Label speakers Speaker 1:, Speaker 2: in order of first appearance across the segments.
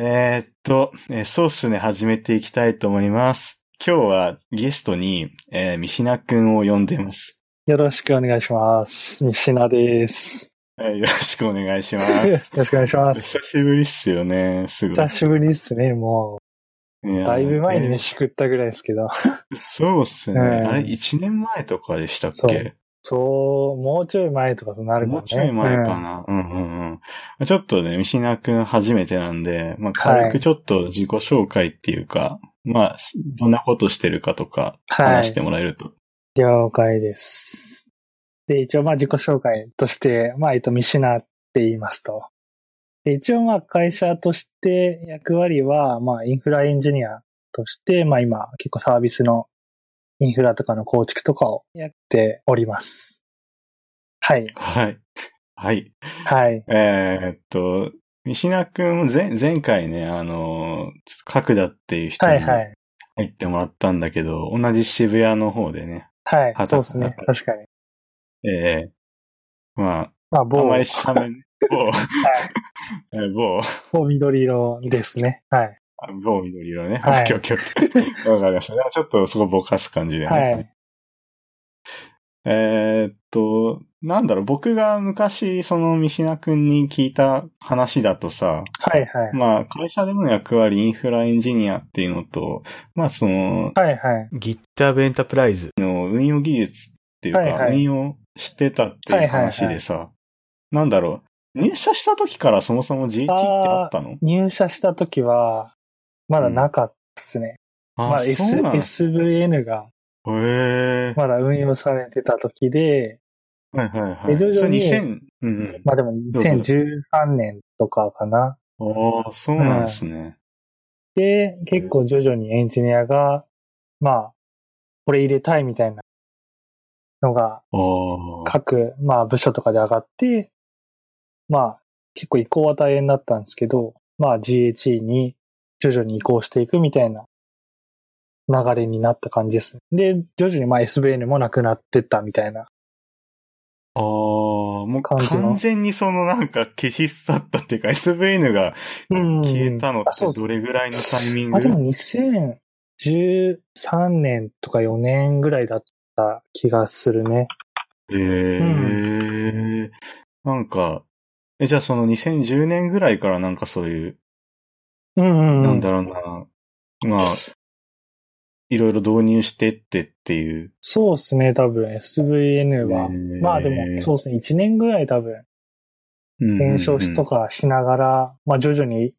Speaker 1: えーっと、えーそうっすね、始めていきたいと思います。今日はゲストに、えー、三品くんを呼んでます。
Speaker 2: よろしくお願いします。三品です。
Speaker 1: はい、よろしくお願いしま
Speaker 2: よ
Speaker 1: す。
Speaker 2: ろしくお願いし
Speaker 1: お
Speaker 2: ます
Speaker 1: 久。しぶりっすよね、すごい。
Speaker 2: 久しぶりですね、もう。だいぶ前に
Speaker 1: ね。え
Speaker 2: ね、
Speaker 1: ー
Speaker 2: しくったぐらいですけど。
Speaker 1: そうっすね。
Speaker 2: うん
Speaker 1: あれ、1年前とかでしたっ
Speaker 2: そう
Speaker 1: け
Speaker 2: そう、もうちょい前とかとなるかもね。
Speaker 1: もうちょい前
Speaker 2: う
Speaker 1: か
Speaker 2: ん
Speaker 1: な。うんうんうん。ちょっとね、三品くん初めてなんで、まあ、軽くちょっと自己紹介っていうか、まあ、どんなことしてるかとか、
Speaker 2: は
Speaker 1: 話し
Speaker 2: い
Speaker 1: て。もらえると。
Speaker 2: 了解です。で、一応、まあ、自己紹介として、まあ、えっと、三品って言いますと。で一応、まあ、会社として役割は、まあ、インフラエンジニアとして、まあ、今、結構サービスのインフラとかの構築とかをやっております。はい。
Speaker 1: はい。はい。
Speaker 2: はい。
Speaker 1: えーっと、三品くん、前、前回ね、あの、ちょっと角田っていう人
Speaker 2: は
Speaker 1: に
Speaker 2: いは
Speaker 1: 入
Speaker 2: い。
Speaker 1: ってもらったんだけど、同じ渋谷の方でね、
Speaker 2: はい。
Speaker 1: あ
Speaker 2: そうですね
Speaker 1: だ。
Speaker 2: 確かに。
Speaker 1: ええま
Speaker 2: まあ、
Speaker 1: あ、あん
Speaker 2: 某
Speaker 1: まり、 喋ん、某、えー某、
Speaker 2: 某緑色ですね。はい。
Speaker 1: あ某緑色ね。
Speaker 2: はい
Speaker 1: オッケーオッケーオッ ケーわかりました。でもちょっとそこぼかす感じでね。
Speaker 2: はい。
Speaker 1: えーっと、なんだろう、僕が昔、その三品くんに聞いた話だとさ、
Speaker 2: はいはい。
Speaker 1: まあ、会社での役割、インフラエンジニアっていうのと、まあ、その、
Speaker 2: はいはい。
Speaker 3: GitHub エンタープライズ。
Speaker 1: の運用技術っていうか、
Speaker 2: はいはい
Speaker 1: 運用してたっていう話でさ、なんだろう、入社した時からそもそも GH ってあったの
Speaker 2: 入社した時は、まだなかったですね。
Speaker 1: あ
Speaker 2: まあ、
Speaker 1: そ
Speaker 2: S、
Speaker 1: うなんへ
Speaker 2: SVN が
Speaker 1: え
Speaker 2: まだ運用されてた時で、
Speaker 1: はいはいはい。
Speaker 2: で徐々に
Speaker 1: それ2000、うん
Speaker 2: まあでも
Speaker 1: うぞ
Speaker 2: 2013年とかかな。
Speaker 1: うん。ああ、そうなんですね。
Speaker 2: で、結構徐々にエンジニアが、まあ、これ入れたいみたいなのが
Speaker 1: ああ。
Speaker 2: 各、まあ、部署とかで上がって、まあ、結構移行は大変だったんですけど、まあ、GHE に徐々に移行していくみたいな流れになった感じです。で、徐々にまあ SVN もなくなってったみたいな。
Speaker 1: ああ、もう
Speaker 2: 感じの
Speaker 1: 完全にそのなんか消し去ったっていうか SVN が
Speaker 2: うん
Speaker 1: 消えたのっ
Speaker 2: あそう
Speaker 1: てどれぐらいのタイミング
Speaker 2: あ、でも2013年とか4年ぐらいだった気がするね。
Speaker 1: へえ、なんか、え、じゃあその2010年ぐらいからなんかそういう、
Speaker 2: うんうん、うん。
Speaker 1: なんだろうな、まあ、いろいろ導入してってっていう。
Speaker 2: そうですね、多分 SVN は
Speaker 1: へ。ー
Speaker 2: まあでも、そうですね、1年ぐらい多分
Speaker 1: 検
Speaker 2: 検証しと
Speaker 1: か。
Speaker 2: かしながら、まあ徐々に、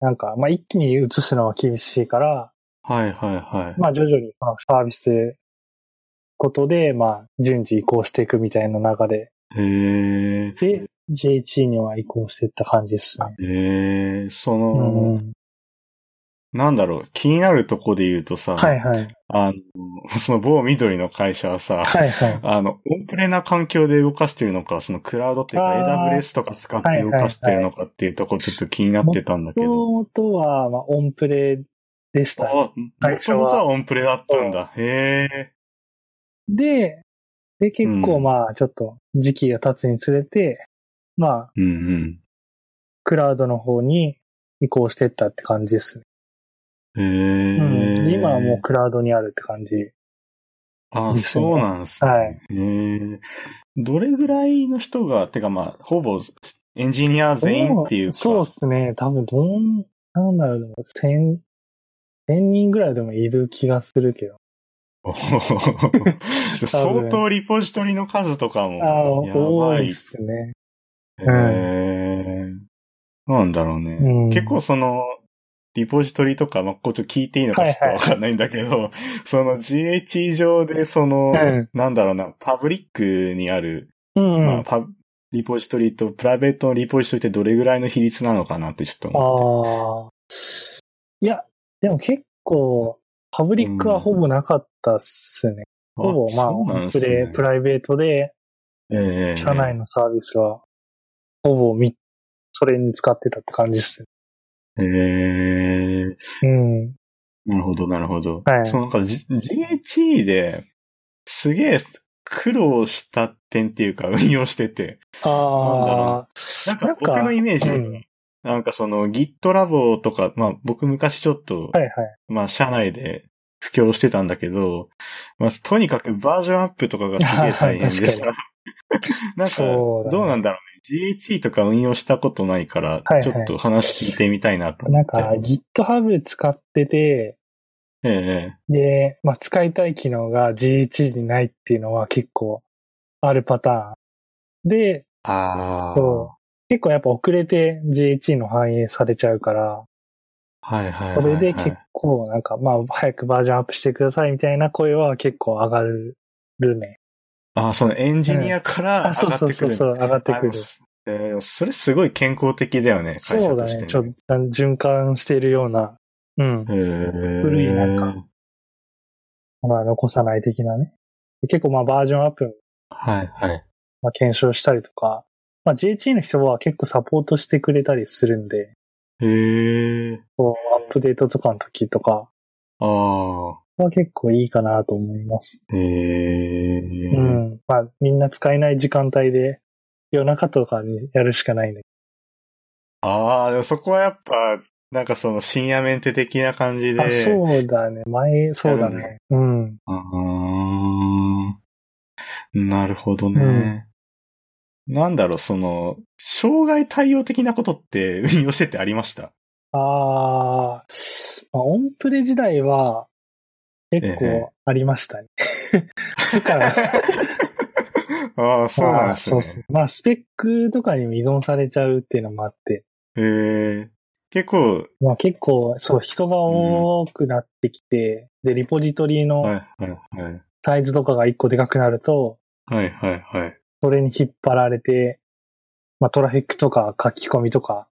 Speaker 2: なんか、まあ一気に移すのは厳しいから、
Speaker 1: はいはいはい。
Speaker 2: まあ徐々にそのサービスことで、まあ順次移行していくみたいな流れ
Speaker 1: へえ、
Speaker 2: で、JHE には移行していった感じですね。
Speaker 1: へえ、そうの、
Speaker 2: ん、
Speaker 1: なんだろう、気になるとこで言うとさ、
Speaker 2: はいはい。
Speaker 1: あの、その某緑の会社はさ、
Speaker 2: はいはい。
Speaker 1: あの、オンプレな環境で動かしてるのか、そのクラウドっていうか
Speaker 2: あー
Speaker 1: AWS とか使って動かしてるのかっていうとこちょっと気になってたんだけ
Speaker 2: も
Speaker 1: ど。
Speaker 2: ともとは、まあオンプレでしたね。
Speaker 1: あ、
Speaker 2: 最
Speaker 1: も
Speaker 2: 初
Speaker 1: と
Speaker 2: は
Speaker 1: もとはオンプレだったんだ。へえ。
Speaker 2: で、で結
Speaker 1: う
Speaker 2: 構
Speaker 1: ん
Speaker 2: まあちょっと時期が経つにつれて、まあ
Speaker 1: うんうん。
Speaker 2: クラウドの方に移行していったって感じですね
Speaker 1: へえ、
Speaker 2: うんで今はもうクラウドにあるって感じ。
Speaker 1: あ、
Speaker 2: ですね
Speaker 1: そうなんですね。
Speaker 2: はい
Speaker 1: へえ。どれぐらいの人が、てかまあ、ほぼエンジニア全員っていうか。
Speaker 2: そうですね。多分、どん、なんだろう、千、千人ぐらいでもいる気がするけど。
Speaker 1: おー 相当リポジトリの数とかも。
Speaker 2: ああ、
Speaker 1: やば
Speaker 2: 多い
Speaker 1: い
Speaker 2: っすね。
Speaker 1: へえ。なんだろうね。
Speaker 2: うん
Speaker 1: 結構その、リポジトリとか、まあ、こと聞いていいのかちょっと
Speaker 2: はいはい
Speaker 1: わかんないんだけど、 その GH 上でその、
Speaker 2: うん
Speaker 1: なんだろうな、パブリックにある、
Speaker 2: うんうん。
Speaker 1: まあ、パブリポジトリとプライベートのリポジトリってどれぐらいの比率なのかなってちょっと思っ
Speaker 2: ああ。いや、でも結構、パブリックはほぼなかったっすね。
Speaker 1: て。
Speaker 2: ほぼ、まあ、
Speaker 1: そうなんで
Speaker 2: プ
Speaker 1: す
Speaker 2: レ
Speaker 1: ね
Speaker 2: プ。ライベートで、
Speaker 1: ええ
Speaker 2: 社内のサービスは、ほぼみ、それに使ってたって感じっす
Speaker 1: ええ
Speaker 2: ね。うん。
Speaker 1: なるほど、なるほど。
Speaker 2: はい
Speaker 1: そのなんか、G、GHE で、すげえ苦労した点っていうか、運用してて。
Speaker 2: ああ。
Speaker 1: なんか僕のイメージ、
Speaker 2: うん
Speaker 1: なんかその GitLab とか、まあ僕昔ちょっと、
Speaker 2: はいはい。
Speaker 1: まあ社内で布教してたんだけど、まあとにかくバージョンアップとかがすげえ大変でした。なんか、
Speaker 2: そうだね
Speaker 1: どうなんだろうね。GHE とか運用したことないから
Speaker 2: はいは、い
Speaker 1: ちょっと話聞いてみたいなと思
Speaker 2: な
Speaker 1: っ
Speaker 2: ん
Speaker 1: て。
Speaker 2: か GitHub 使ってて、
Speaker 1: ええ
Speaker 2: で、まあ、使いたい機能が GH にないっていうのは結構あるパターン。で、
Speaker 1: あ
Speaker 2: そう結構やっぱ遅れて GH の反映されちゃうから、
Speaker 1: はいはいはいはい。
Speaker 2: それで結構なんか、まあ、早くバージョンアップしてくださいみたいな声は結構上がるね。
Speaker 1: ああ、そのエンジニアから
Speaker 2: あ、
Speaker 1: 上
Speaker 2: そう
Speaker 1: がっ
Speaker 2: そう
Speaker 1: てく
Speaker 2: そう
Speaker 1: る。
Speaker 2: そう、上がって
Speaker 1: あで
Speaker 2: くる
Speaker 1: も。すえーそれすごい健康的だよね、会
Speaker 2: そ
Speaker 1: 社と
Speaker 2: うだ
Speaker 1: して、ね。
Speaker 2: ね。ちょっと循環しているような。うん。
Speaker 1: へー
Speaker 2: 古いなんまあ、残さない的なね。結構まあ、バージョンアップも
Speaker 1: はいはい。
Speaker 2: まあ、検証したりとか、まあ、GHE の人は結構サポートしてくれたりするんで、
Speaker 1: へえ。
Speaker 2: こうアップデートとかの時とか
Speaker 1: あ
Speaker 2: は結構いいかなと思います。
Speaker 1: あ。へえ。
Speaker 2: うん。まあ、みんな使えない時間帯で、夜中とかにやるしかないんで。
Speaker 1: ああ、でもそこはやっぱ、なんかその深夜メンテ的な感じで。
Speaker 2: あ、そうだね。前、そうだね。うん。
Speaker 1: うーん。なるほどね。なんだろう、その、障害対応的なことって運用しててありました
Speaker 2: あー、まあ、オンプレ時代は、結
Speaker 1: え
Speaker 2: 構
Speaker 1: え
Speaker 2: ありま したね。だから、
Speaker 1: ああ、そうなんですね。
Speaker 2: まあそうそうまあ、スペックとかにも依存されちゃうっていうのもあって、
Speaker 1: へえ。結構、
Speaker 2: まあ結構、そう、人が多くなってきて、で、リポジトリ
Speaker 1: はい
Speaker 2: の
Speaker 1: はいはい。
Speaker 2: サイズとかが一個でかくなると、
Speaker 1: はいはいはい。
Speaker 2: それに引っ張られて、まあトラフィックとか書き込みとか、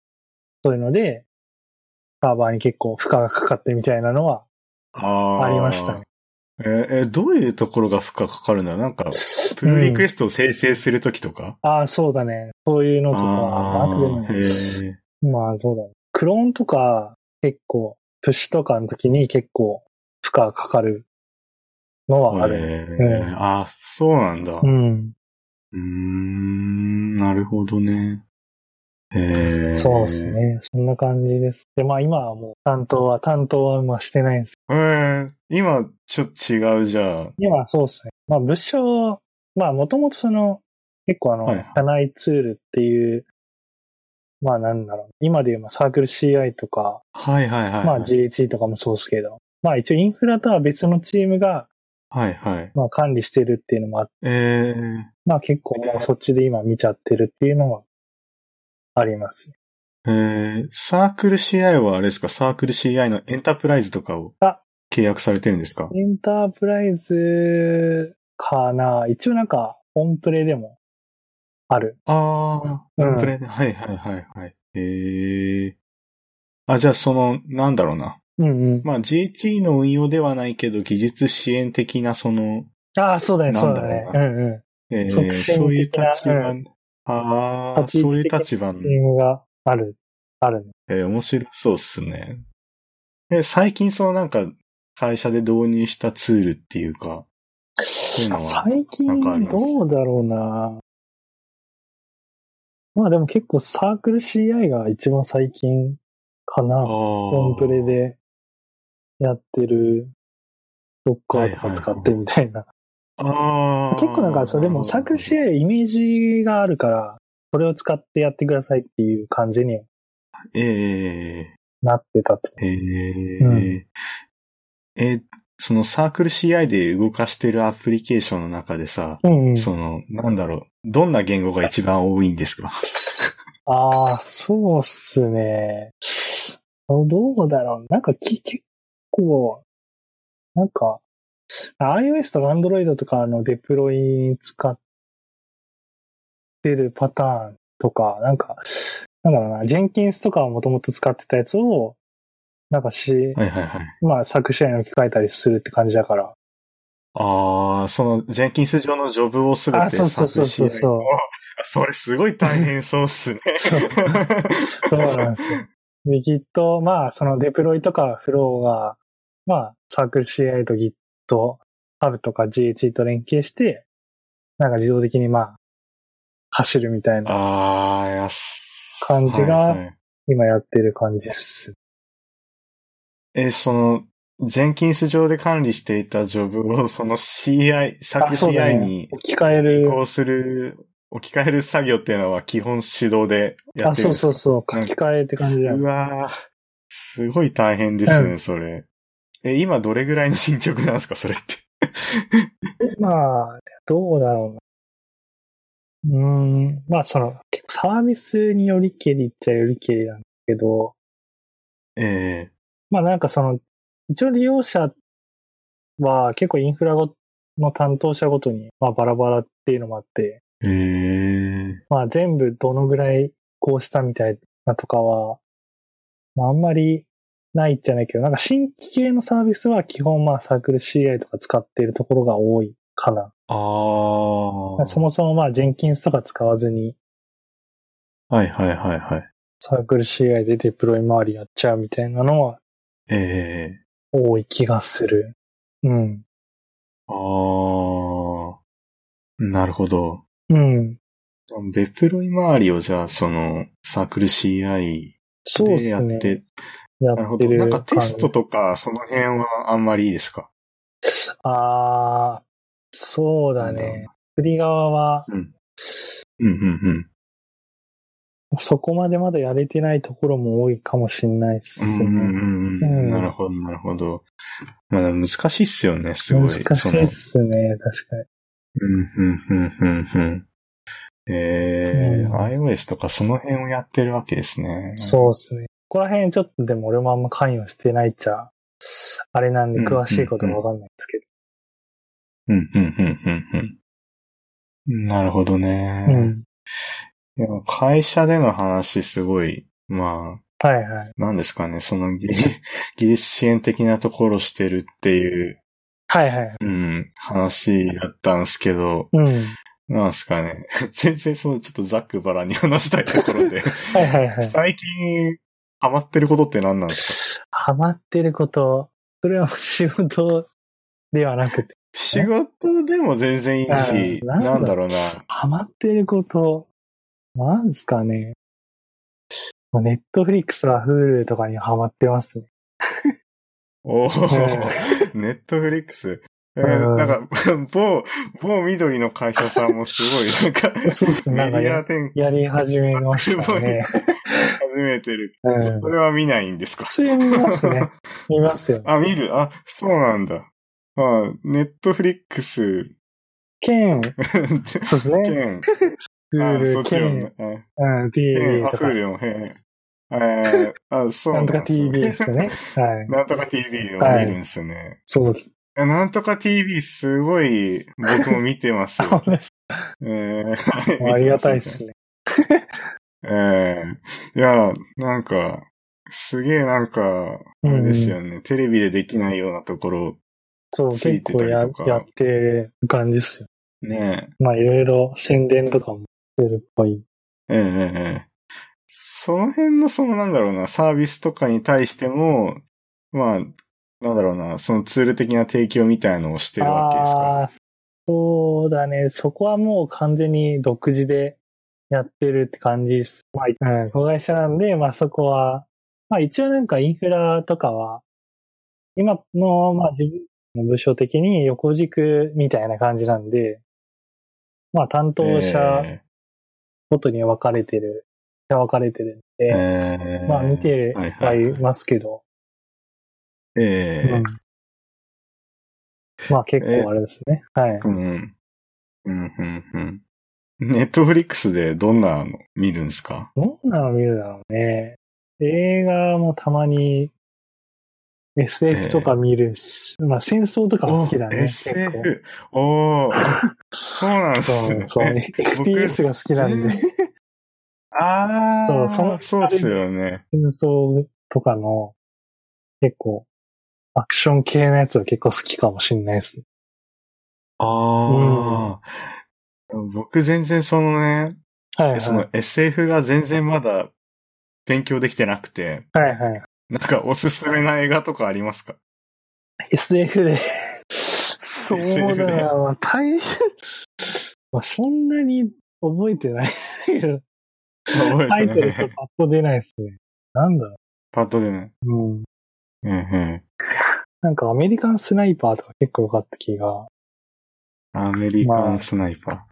Speaker 2: そういうので、サーバーに結構負荷がかかってみたいなのは
Speaker 1: ああ。
Speaker 2: ありましたね。
Speaker 1: えーえーどういうところが負荷かかるんだなんか、プルリクエストを生成するときとか、
Speaker 2: ああ、そうだね。そういうのとか、あとでも、
Speaker 1: へー
Speaker 2: まあどうだろう。クローンとか、結構、プッシュとかの時に結構、負荷がかかるのはあるね。
Speaker 1: え
Speaker 2: う
Speaker 1: ーあ、そうなんだ。
Speaker 2: う。
Speaker 1: うんーん、なるほどね。えー、
Speaker 2: そうです。ね。そんな感じです。で、まあ今はもう担当は、担当はまあしてないんですけ
Speaker 1: えー、今、ちょっと違うじゃあ。
Speaker 2: ど、今はそうですね。まあ部署、まあもともとその、結構あの、
Speaker 1: はい
Speaker 2: 社内ツールっていう、まあなんだろう。今で言うまあサークル CI とか、
Speaker 1: はいはいはい。
Speaker 2: まあ GHE とかもそうですけど、まあ一応インフラとは別のチームが、
Speaker 1: はいはい。
Speaker 2: まあ管理してるっていうのもあって、
Speaker 1: え
Speaker 2: まあ結構もうそっちで今見ちゃってるっていうのはあります。
Speaker 1: ー、えー、サークル CI はあれですかサークル CI のエンタープライズとかを
Speaker 2: あ
Speaker 1: 契約されてるんですか
Speaker 2: エンタープライズかな一応なんか、オンプレでもある。
Speaker 1: ああ、
Speaker 2: うん
Speaker 1: オンプレね。はいはいはいはい。ええあ、じゃあその、なんだろうな。
Speaker 2: うんうん。
Speaker 1: まあ GT の運用ではないけど、技術支援的なその、
Speaker 2: ああ、そうだね、
Speaker 1: な
Speaker 2: そ
Speaker 1: ん
Speaker 2: う
Speaker 1: だ
Speaker 2: だ
Speaker 1: ろう
Speaker 2: ね
Speaker 1: な。
Speaker 2: うんうん。
Speaker 1: えー
Speaker 2: 即戦的な
Speaker 1: そういう立場、
Speaker 2: う
Speaker 1: ああ、
Speaker 2: 立ち位
Speaker 1: そう
Speaker 2: 置
Speaker 1: いう
Speaker 2: 的な
Speaker 1: 立場の、
Speaker 2: チームがある。あるね。
Speaker 1: えー面白そうっすね。え、最近そのなんか、会社で導入したツールっていうか、うのはなん
Speaker 2: 最
Speaker 1: かあり
Speaker 2: 近
Speaker 1: ます
Speaker 2: どうだろうな。まあでも結構サークル CI が一番最近かな。オ
Speaker 1: オ
Speaker 2: ンプレ。でやってるドッカーとか使ってみたいな。
Speaker 1: ああ。
Speaker 2: 結構なんか、そう、でもサークル CI イメージがあるから、それを使ってやってくださいっていう感じに
Speaker 1: ええ
Speaker 2: なってたと。
Speaker 1: えー
Speaker 2: うん
Speaker 1: え、そのサークル CI で動かしてるアプリケーションの中でさ、
Speaker 2: うんうん。
Speaker 1: その、なんだろう、どんな言語が一番多いんですか
Speaker 2: ああ、そうっすね。どうだろう。なんかき結構、なんか、iOS とか Android とかのデプロイに使ってるパターンとか、なんか、なんだろうな、ジェンキンスとかをもともと使ってたやつを、なんかし、
Speaker 1: はいはいはい。
Speaker 2: まあ作詞に置き換えたりするって感じだから。
Speaker 1: ああ、その、ジェンキンス上のジョブをすべ
Speaker 2: あ
Speaker 1: てサ
Speaker 2: そう
Speaker 1: ー
Speaker 2: そう
Speaker 1: ク
Speaker 2: そう
Speaker 1: ル
Speaker 2: そう
Speaker 1: CI を。あ それすごい大変そうっすね。
Speaker 2: そう そうなんですよ。で、Git、まあ、そのデプロイとかフローが、まあ、サークル CI と Git、Hub とか GHE と連携して、なんか自動的にまあ、走るみたい な。
Speaker 1: ああ、やす。
Speaker 2: 感じが
Speaker 1: はいはい
Speaker 2: 今やってる感じです。
Speaker 1: え、その、ジェンキンス上で管理していたジョブを、その CI、
Speaker 2: あ、
Speaker 1: 作
Speaker 2: そうだ
Speaker 1: CI
Speaker 2: ね
Speaker 1: に。
Speaker 2: 置き換え
Speaker 1: 移
Speaker 2: る。
Speaker 1: 行する、置き換える作業っていうのは基本手動でや
Speaker 2: あ、
Speaker 1: ってる
Speaker 2: そ
Speaker 1: ん
Speaker 2: う
Speaker 1: です
Speaker 2: そうそう。
Speaker 1: う
Speaker 2: 書
Speaker 1: ん
Speaker 2: き換えって感じだよ
Speaker 1: う
Speaker 2: ね。
Speaker 1: わーすごい大変ですね、
Speaker 2: う
Speaker 1: それ。え、今どれぐらいの進捗なんですか、それって。
Speaker 2: まあ、どうだろうな。うーん。まあ、その、結構サービスによりけりっちゃよりけりなんだけど、
Speaker 1: え
Speaker 2: まあなんかその、一応利用者は結構インフラごの担当者ごとに、まあバラバラっていうのもあって、
Speaker 1: ええ
Speaker 2: まあ全部どのぐらいこうしたみたいなとかは、まああんまりないっちゃないけど、なんか新規系のサービスは基本まあサークル CI とか使っているところが多いかな。
Speaker 1: ああ。
Speaker 2: そもそもまあジェンキンスとか使わずに
Speaker 1: はいはいはいはい。
Speaker 2: サークル CI でデプロイ周りやっちゃうみたいなのは
Speaker 1: ええ
Speaker 2: 多い気がする。うん。
Speaker 1: ああ。なるほど。
Speaker 2: うん。
Speaker 1: ベプロイ周りをじゃあ、その、サークル CI
Speaker 2: そうで
Speaker 1: でや
Speaker 2: す
Speaker 1: っ
Speaker 2: ね。
Speaker 1: て、
Speaker 2: や
Speaker 1: なる
Speaker 2: っ
Speaker 1: ほ
Speaker 2: て
Speaker 1: ど。
Speaker 2: る
Speaker 1: な
Speaker 2: 感
Speaker 1: ん
Speaker 2: じ。
Speaker 1: かテストとか、その辺はあんまりいいですか
Speaker 2: ああ、そうだ
Speaker 1: なん
Speaker 2: ね。作り側は、
Speaker 1: うんうんうん。
Speaker 2: そこまでまだやれてないところも多いかもしれないっす
Speaker 1: うん
Speaker 2: ね。
Speaker 1: うんうん
Speaker 2: う
Speaker 1: うんん。なるほど、なるほど。まあ、難しいっすよね、すごい。
Speaker 2: 難しいっすね、確か
Speaker 1: そ
Speaker 2: に。
Speaker 1: のうん、うん、うん、うん、うん。えー
Speaker 2: うん
Speaker 1: iOS とかその辺をやってるわけですね。
Speaker 2: そうっすね。ここら辺ちょっとでも俺もあんま関与してないっちゃ、あれなんで
Speaker 1: うん
Speaker 2: 詳しいことがわかんないですけ
Speaker 1: うん、うん、うん、うん、うん。なるほどね。
Speaker 2: ど。うん。
Speaker 1: いや会社での話すごい、まあ、
Speaker 2: はいはい。
Speaker 1: なんですかね、その 技技術支援的なところしてるっていう、
Speaker 2: はいはい。
Speaker 1: うん、話だったんですけど、
Speaker 2: うん。
Speaker 1: なんすかね。 全然そのちょっとざっくばらに話したいところ で。
Speaker 2: はいはいはい。
Speaker 1: 最近、ハマってることって何なんですか
Speaker 2: ハマってること、それは仕事ではなくて、
Speaker 1: 仕事でも全然いいし、
Speaker 2: あー
Speaker 1: なんだろうな。
Speaker 2: ハマってること、なんすかね。ネットフリックスは Hulu とかにハマってますね。
Speaker 1: おお、
Speaker 2: え
Speaker 1: ネットフリックス。え
Speaker 2: う
Speaker 1: ー、
Speaker 2: ん
Speaker 1: なんか、某、某緑の会社さんもす ごい、なんか、
Speaker 2: そうですね。な
Speaker 1: メ
Speaker 2: んか
Speaker 1: ディア
Speaker 2: や
Speaker 1: 展開
Speaker 2: やり始めましたね。
Speaker 1: 始めてる。
Speaker 2: うん。
Speaker 1: それは見ないんですか
Speaker 2: それ見ますね。見ますよ。
Speaker 1: あ、見るあ、そうなんだ。あ、ネットフリックス、
Speaker 2: 兼、そうですね。
Speaker 1: 兼、あ、そ
Speaker 2: Hulu、
Speaker 1: っち
Speaker 2: 兼
Speaker 1: も、、あ
Speaker 2: うん、
Speaker 1: え
Speaker 2: TV
Speaker 1: え、アプ
Speaker 2: とか、
Speaker 1: リも、ええ。ええあ、そう
Speaker 2: なん
Speaker 1: で
Speaker 2: とか
Speaker 1: すね
Speaker 2: TV ですね。はい。
Speaker 1: なんとか TV を見るんですよね。
Speaker 2: そうです。
Speaker 1: えなんとか TV すごい僕も見てます
Speaker 2: あ
Speaker 1: よ。
Speaker 2: 本当です
Speaker 1: ええはい
Speaker 2: ありがたいです。ね。
Speaker 1: 見てますええいや、なんか、すげえなんか、あれですよね。テレビでできないようなところ、
Speaker 2: そう、
Speaker 1: つ
Speaker 2: 結
Speaker 1: いて
Speaker 2: 構
Speaker 1: たり
Speaker 2: や
Speaker 1: とか
Speaker 2: やってる感じですよ。
Speaker 1: ね
Speaker 2: まあいろいろ宣伝とかもしてるっぽい。
Speaker 1: ええええええその辺のそのなんだろうな、サービスとかに対しても、まあ、なんだろうな、そのツール的な提供みたいのをしてるわけですか。
Speaker 2: あーそうだね。そこはもう完全に独自でやってるって感じです。まあ、うん、子会社なんで、まあそこは、まあ一応なんかインフラとかは、今の、まあ自分の部署的に横軸みたいな感じなんで、まあ担当者
Speaker 1: え
Speaker 2: ごとに分かれてる、分かれてるん
Speaker 1: え
Speaker 2: で、
Speaker 1: ええ
Speaker 2: まあ見てはいますけど、
Speaker 1: え
Speaker 2: うんまあ結構あれですね。はい
Speaker 1: え。うん。うん、うん、うん。ネットフリックスでどんなの見るんですか
Speaker 2: どんなの見るだろうね。映画もたまに SF とか見るし、まあ戦争とかも好きだね。
Speaker 1: お
Speaker 2: 結構
Speaker 1: SF。おー。そうなんです
Speaker 2: そう、
Speaker 1: ね。
Speaker 2: そう、
Speaker 1: え
Speaker 2: FPS が好きなんで、
Speaker 1: ああ、
Speaker 2: そうその
Speaker 1: そうですよね。
Speaker 2: 戦争とかの結構アクション系のやつは結構好きかもしれないです。
Speaker 1: ああ、僕全然そのね、
Speaker 2: はいはい。
Speaker 1: その SF が全然まだ勉強できてなくて、
Speaker 2: はいはい。
Speaker 1: なんかおすすめな映画とかありますか
Speaker 2: SF で。そうだな、まあ、大変。まあ、そんなに覚えてないけど、
Speaker 1: 覚え
Speaker 2: タ
Speaker 1: て
Speaker 2: イ
Speaker 1: な
Speaker 2: ト
Speaker 1: い
Speaker 2: ルとパッと出ないですね。なんだろ
Speaker 1: パッと出ない。
Speaker 2: う。うん。
Speaker 1: うんう
Speaker 2: なんかアメリカンスナイパーとか結構良かった気が、
Speaker 1: ん。アメリカンスナイパー。
Speaker 2: と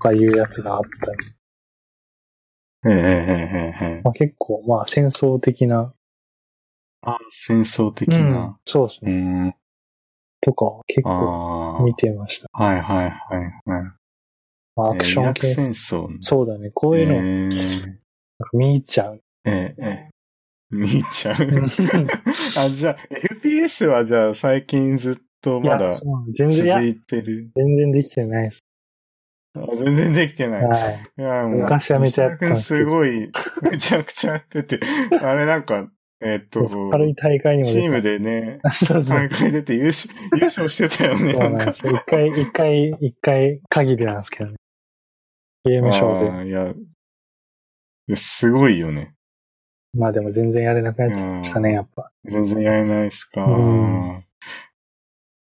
Speaker 2: かいうやつがあったり。
Speaker 1: ええええええええ。
Speaker 2: まあ、結構、まあ戦争的な。
Speaker 1: あ、戦争的
Speaker 2: うん
Speaker 1: な。
Speaker 2: そうです
Speaker 1: う
Speaker 2: ね。
Speaker 1: ん。
Speaker 2: とか、結構
Speaker 1: あ
Speaker 2: 見てました。
Speaker 1: あ。はいはいはいはい。
Speaker 2: まあ、アクション
Speaker 1: えーイラク戦
Speaker 2: 系。
Speaker 1: 争。
Speaker 2: そうだね。こういうの、なん
Speaker 1: え
Speaker 2: か見入っちゃう。
Speaker 1: えええええ見ちゃう。 あ、じゃあ、FPS はじゃあ最近ずっと
Speaker 2: いや
Speaker 1: まだ
Speaker 2: そう全然、いや
Speaker 1: 続、いてる。
Speaker 2: 全然できてないです。
Speaker 1: あ全然できてない。
Speaker 2: はい。
Speaker 1: いや、もう。
Speaker 2: 昔はめちゃやってたん
Speaker 1: 西田君
Speaker 2: ですけ
Speaker 1: す
Speaker 2: ど
Speaker 1: ごい、めちゃくちゃやってて。あれなんか、えっと、
Speaker 2: 軽い大会にも
Speaker 1: チ
Speaker 2: 出
Speaker 1: ー
Speaker 2: て
Speaker 1: ムでね、
Speaker 2: そうそう。
Speaker 1: 大会出て優勝 優勝してたよね。
Speaker 2: そ
Speaker 1: な
Speaker 2: うんなん
Speaker 1: か
Speaker 2: で。すよ。一回、一回、一回限りなんですけどね。ゲームショー
Speaker 1: あ
Speaker 2: で。
Speaker 1: ーいや、すごいよね。
Speaker 2: まあでも全然やれなくなっちゃいましたね、やっぱ。
Speaker 1: 全然やれないっすか。
Speaker 2: うん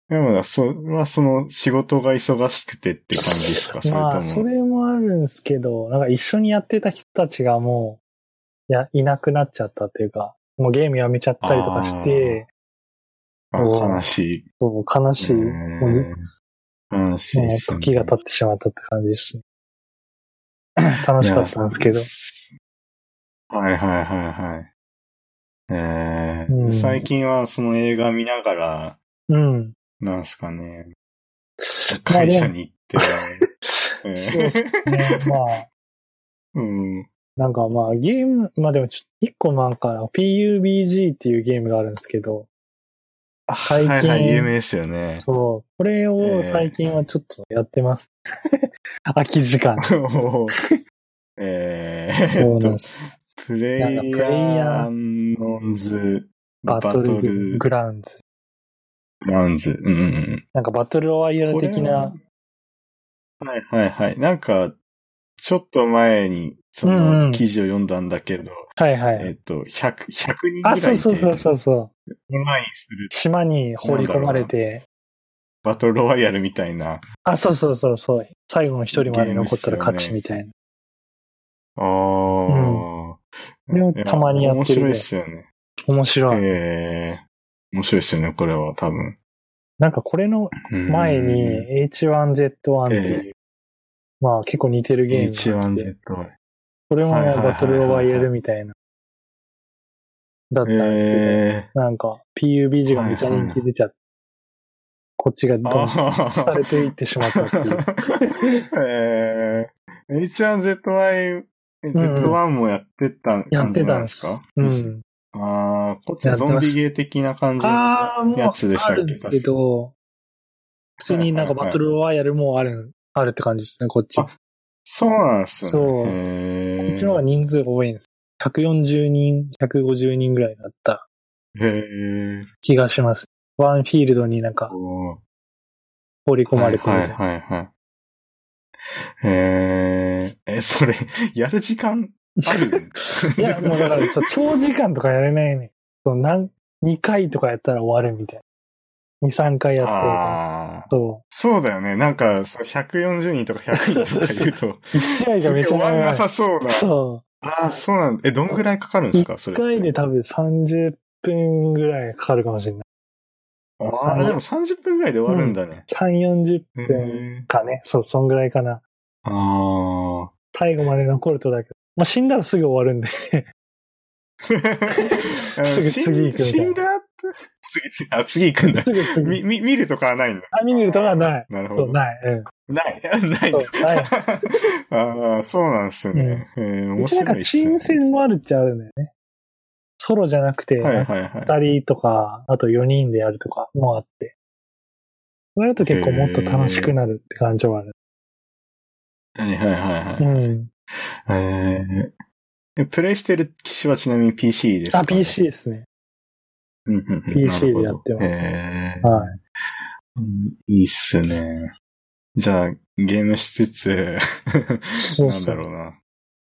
Speaker 1: でもな、そ、まあその仕事が忙しくてって感じですかそれとも。
Speaker 2: まあ、それもあるんですけど、なんか一緒にやってた人たちがもう、いや、いなくなっちゃったっていうか、もうゲームやめちゃったりとかして、
Speaker 1: あ悲し
Speaker 2: そう悲し
Speaker 1: い。
Speaker 2: い、
Speaker 1: ね
Speaker 2: もうね
Speaker 1: 悲しいっすね。
Speaker 2: 時が経ってしまったって感じですね。 楽しかったんですけど。
Speaker 1: ど。はいはいはいはい。えー
Speaker 2: うん
Speaker 1: 最近はその映画見ながら、
Speaker 2: うん。
Speaker 1: なんすかね、
Speaker 2: まあ
Speaker 1: 会
Speaker 2: で
Speaker 1: 社
Speaker 2: も、ね、
Speaker 1: に行って、 え
Speaker 2: そうっすまあ、
Speaker 1: うん。
Speaker 2: なんかまあゲーム、まあでもちょっと一個なんか PUBG っていうゲームがあるんですけど、最近
Speaker 1: はいはい、有名ですよ ね。
Speaker 2: そう、これ
Speaker 1: え
Speaker 2: を
Speaker 1: え
Speaker 2: 最近はちょっとやってます。 空き時間。
Speaker 1: おーえー、
Speaker 2: そうなんです。
Speaker 1: プレイヤ
Speaker 2: なんかプレイヤ
Speaker 1: ーノンズ、 バ
Speaker 2: バト
Speaker 1: ト
Speaker 2: ル
Speaker 1: ル
Speaker 2: グラウンズ。
Speaker 1: ラウンズ。うんうん
Speaker 2: なんかバトルロワイヤ
Speaker 1: うん。
Speaker 2: ル的な
Speaker 1: こ、れは。はいはいはい。なんか、ちょっと前に、そ
Speaker 2: うんうん
Speaker 1: の記事を読んだんだけど、
Speaker 2: はいはい。
Speaker 1: えっと、100、100人ぐらいで、
Speaker 2: あ、そうそうそうそうそう。
Speaker 1: オンラインする
Speaker 2: 島に放り込まれて、
Speaker 1: バトルロワイヤルみたいな。
Speaker 2: あ、そうそうそうそう。最後の一人まで残ったら勝ちみたいな。
Speaker 1: ああ。
Speaker 2: うんこれをたまにやってる
Speaker 1: 面白いっすよね。
Speaker 2: 面白い。
Speaker 1: ええ面白いっすよね、これは、多分。
Speaker 2: なんかこれの
Speaker 1: うん
Speaker 2: 前に H1Z1 っていう、まあ結構似てるゲームがあって。
Speaker 1: H1Z。
Speaker 2: これも
Speaker 1: はいはいはいはい
Speaker 2: バトルロワイヤルみたいな、だったんですけど、
Speaker 1: え
Speaker 2: なんか PUBG がめちゃ人気出ちゃって、こっちが
Speaker 1: ー
Speaker 2: どんどん
Speaker 1: あー
Speaker 2: されていってしまったっ ていう。
Speaker 1: えー、H1ZY、Z1 もやってた
Speaker 2: やっ
Speaker 1: 感じ
Speaker 2: て
Speaker 1: な
Speaker 2: た
Speaker 1: ん
Speaker 2: んで
Speaker 1: です
Speaker 2: す
Speaker 1: か。
Speaker 2: うん。
Speaker 1: ああ、こっちはゾンビゲー的な感じ。
Speaker 2: ああ、もう、
Speaker 1: やつでした
Speaker 2: あ
Speaker 1: っけ
Speaker 2: るんですけど、普通になんかバトルロワイヤルもある、あるって感じですね、こっち。
Speaker 1: あ
Speaker 2: こ
Speaker 1: そうなんですね。
Speaker 2: そう
Speaker 1: えー、
Speaker 2: っちの方が人数が多いんです。140人、150人ぐらいだった
Speaker 1: へー
Speaker 2: 気がします。ワンフィールドになんか
Speaker 1: こ
Speaker 2: 放り
Speaker 1: う
Speaker 2: 込まれてるみ
Speaker 1: はい
Speaker 2: たいな。
Speaker 1: はいはいはい。えー、え、それ、 やる時間ある
Speaker 2: い や、もうだから、そう長時間とかやれないね。そう何、2回とかやったら終わるみたいな。2、3回やって、
Speaker 1: ああ。
Speaker 2: そ
Speaker 1: そうだよね。なんか、その140人とか100人とか言う と、
Speaker 2: う。1試合
Speaker 1: す
Speaker 2: が
Speaker 1: げ
Speaker 2: め
Speaker 1: え
Speaker 2: ち
Speaker 1: 終
Speaker 2: ゃ長
Speaker 1: わんないさ そうな。
Speaker 2: そ。
Speaker 1: ああ、そうなんだ。え、どんぐらいかかるんですかそう
Speaker 2: 1
Speaker 1: れ。
Speaker 2: 回で多分30分ぐらいかかるかもしれない。
Speaker 1: ああ、でも30分ぐらいで終わるんだね。
Speaker 2: 3、40
Speaker 1: へ
Speaker 2: 分
Speaker 1: え
Speaker 2: かね。そう、そんぐらいかな。
Speaker 1: ああ。
Speaker 2: 最後まで残るとだけど。まあ、死んだらすぐ終わるんで。すぐ次行くみたいな
Speaker 1: 死んだ後次、次、あ、次行くんだ。
Speaker 2: すぐ 次
Speaker 1: み、み、見るとかはないんだ。
Speaker 2: あ、見るとかない。
Speaker 1: なるほ
Speaker 2: そ
Speaker 1: ど
Speaker 2: う、。ない。うん。
Speaker 1: ない。ない。
Speaker 2: そう、ない。
Speaker 1: ああ、そうなんですね。えー面
Speaker 2: 一応
Speaker 1: 白い
Speaker 2: な
Speaker 1: っすね。
Speaker 2: んかチーム戦もあるっちゃあるんだよね。ソロじゃなくて、
Speaker 1: はいはいは
Speaker 2: 二人とか、あと4人でやるとかもあって。そうやると結構もっと楽しくなるって感じはある。
Speaker 1: い。はいはいはいは
Speaker 2: う
Speaker 1: い。
Speaker 2: ん。
Speaker 1: えーえプレイしてる機種はちなみに PC ですか、
Speaker 2: あ、。PC ですね。
Speaker 1: うんうんうん
Speaker 2: PC でやってます
Speaker 1: なるほどえー
Speaker 2: はい。
Speaker 1: うんいいっすね。じゃあ、ゲームしつつ、
Speaker 2: そう
Speaker 1: なん
Speaker 2: そ
Speaker 1: だ
Speaker 2: う。
Speaker 1: ろうな。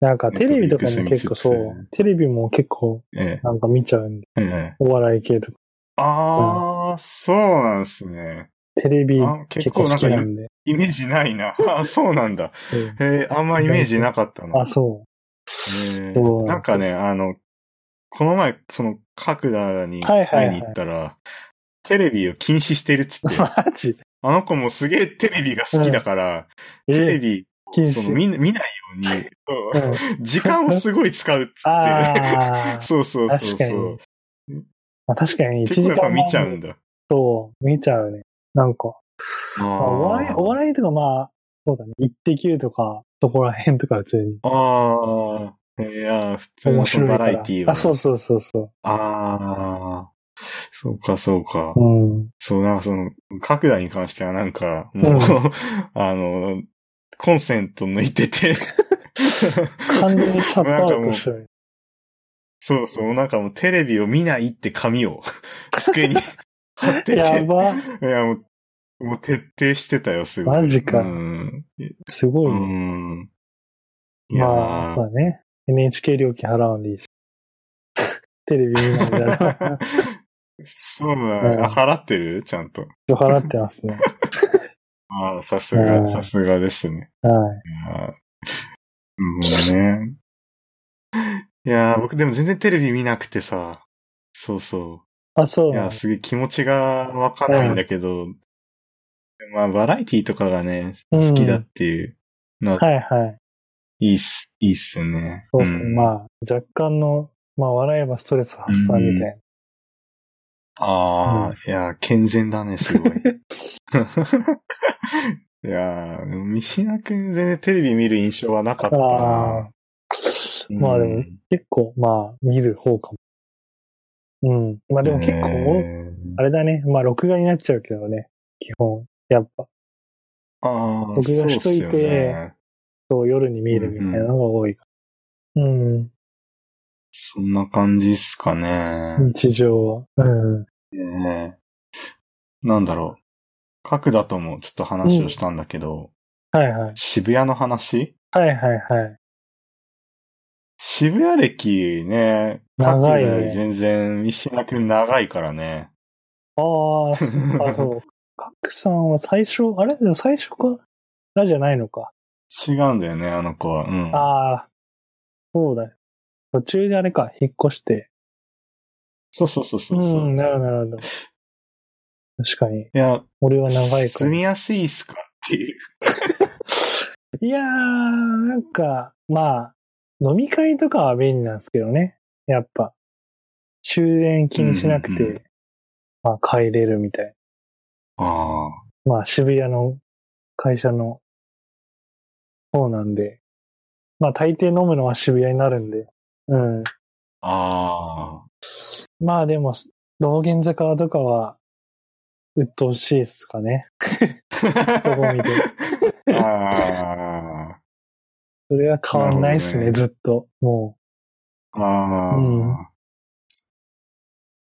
Speaker 2: なんかテレビとかも結構そ
Speaker 1: ネットフリックス見
Speaker 2: う、テレビも結構
Speaker 1: え
Speaker 2: なんか見ちゃうんで、
Speaker 1: えええ
Speaker 2: お笑い系とか。
Speaker 1: あー、そうなんですね。
Speaker 2: テレビ
Speaker 1: あ
Speaker 2: 結
Speaker 1: 結
Speaker 2: 構
Speaker 1: 構
Speaker 2: 好
Speaker 1: なん
Speaker 2: き
Speaker 1: か
Speaker 2: なんで。
Speaker 1: イメージないな。あそうなんだ。
Speaker 2: うん
Speaker 1: えーあんまイメージなかったな。
Speaker 2: あ、そ
Speaker 1: ね
Speaker 2: そう
Speaker 1: なんかね、あの、この前、その、角田に
Speaker 2: はいは
Speaker 1: 会
Speaker 2: いはい
Speaker 1: いに行ったら、テレビを禁止してるっつって、
Speaker 2: マジ
Speaker 1: あの子もすげえテレビが好きだから、
Speaker 2: え
Speaker 1: テレビ、
Speaker 2: 禁
Speaker 1: その
Speaker 2: 止。
Speaker 1: 見見ないよ うに、そう時間をすごい使うっつって。。
Speaker 2: あ あ
Speaker 1: そうそうそう
Speaker 2: 確か
Speaker 1: そ
Speaker 2: に
Speaker 1: う。。
Speaker 2: まあ、確かに1
Speaker 1: 結
Speaker 2: 時
Speaker 1: 構やっぱ
Speaker 2: 間
Speaker 1: 見ちゃうんだ。
Speaker 2: と見ちゃうね。なんか、
Speaker 1: あ
Speaker 2: まあ、お笑い、お笑いとかまあ、そうだね。一滴とか、そこら辺とか普通に。
Speaker 1: ああ、いや、普通
Speaker 2: 面
Speaker 1: のその
Speaker 2: 白いか
Speaker 1: バ
Speaker 2: ら。
Speaker 1: ラエティー
Speaker 2: あ、そうそうそうそ
Speaker 1: ああ、そうかそうか。
Speaker 2: う。うん。
Speaker 1: そう、なんかその、角田に関してはなんか、もう、
Speaker 2: うん
Speaker 1: あの、コンセント抜いて て、
Speaker 2: 完全にシャットアウトして る。
Speaker 1: そうそう、なんかもうテレビを見ないって紙 を机に貼ってて、い
Speaker 2: や
Speaker 1: や
Speaker 2: ば。
Speaker 1: もう、もう徹底してたよ、すごい。
Speaker 2: マジか
Speaker 1: うん。
Speaker 2: すご
Speaker 1: う
Speaker 2: いね。
Speaker 1: ん。いやー
Speaker 2: まあ、そうだね。NHK 料金払わんでいいし。 テレビ見ないであれば
Speaker 1: そうなんだ。
Speaker 2: うん
Speaker 1: 払ってるちゃんと。
Speaker 2: 払ってますね。
Speaker 1: ああ、さす
Speaker 2: う
Speaker 1: が、
Speaker 2: ん
Speaker 1: さすがですね。
Speaker 2: はい。
Speaker 1: あーもうね。いやー、僕でも全然テレビ見なくてさ。そうそ。
Speaker 2: あ、そうう
Speaker 1: い
Speaker 2: なん
Speaker 1: や、
Speaker 2: だ
Speaker 1: すげえ気持ちがわかんないんだけど、まあ、バラエティとかがね、
Speaker 2: うん
Speaker 1: 好きだっていうのは、
Speaker 2: はいはい。
Speaker 1: いいっす、いいっすよね。
Speaker 2: そうっす
Speaker 1: ん
Speaker 2: ね。まあ、若干の、まあ、笑えばストレス発散みたいな。
Speaker 1: ああ、
Speaker 2: うん
Speaker 1: いや、健全だね、 すごい。いやー、三品くん全然テレビ見る印象はなかった
Speaker 2: あ
Speaker 1: な
Speaker 2: あ。。まあでも、結構、まあ、見る方かも。うん。まあでも結構、
Speaker 1: えー
Speaker 2: あれだね。まあ、録画になっちゃうけどね。基本。やっぱ、
Speaker 1: ああ、
Speaker 2: 録画しといて
Speaker 1: そうっすよね
Speaker 2: そう、夜に見るみたいなのが多いから。うん。
Speaker 1: そんな感じっすかね。
Speaker 2: 日常は。うん。
Speaker 1: ねなんだろう。角田ともちょっと話をしたんだけど、
Speaker 2: はいはい。
Speaker 1: 渋谷の話
Speaker 2: はいはいはい。
Speaker 1: 渋谷歴ね、
Speaker 2: 長いね
Speaker 1: 角田より全然、三品くん長いからね。
Speaker 2: あ あ、そっか、そう。賀来さんは最初、あれでも最初からじゃないのか。
Speaker 1: 違うんだよね、あの子は。うん。
Speaker 2: ああ、そうだよ。途中であれか、引っ越して。
Speaker 1: そうそうそうそうそう。
Speaker 2: う
Speaker 1: い
Speaker 2: ん、なるほどなるほど。確かに。
Speaker 1: や、
Speaker 2: 俺は長いか
Speaker 1: 住
Speaker 2: ら。
Speaker 1: みやすいっすかっていう。
Speaker 2: いやー、なんか、まあ、飲み会とかは便利なんですけどね。やっぱ。終電気にしなくて、
Speaker 1: うんうんう
Speaker 2: まあ帰れるみたい。
Speaker 1: ああ。
Speaker 2: まあ渋谷の会社の方なんで。まあ大抵飲むのは渋谷になるんで。うん。
Speaker 1: ああ。
Speaker 2: まあでも、道玄坂とかは、鬱陶しいっすかね。こ 見
Speaker 1: ああ。
Speaker 2: それは変わんないっす
Speaker 1: な
Speaker 2: ね、
Speaker 1: るほ
Speaker 2: ずっと。も
Speaker 1: ああ。
Speaker 2: うん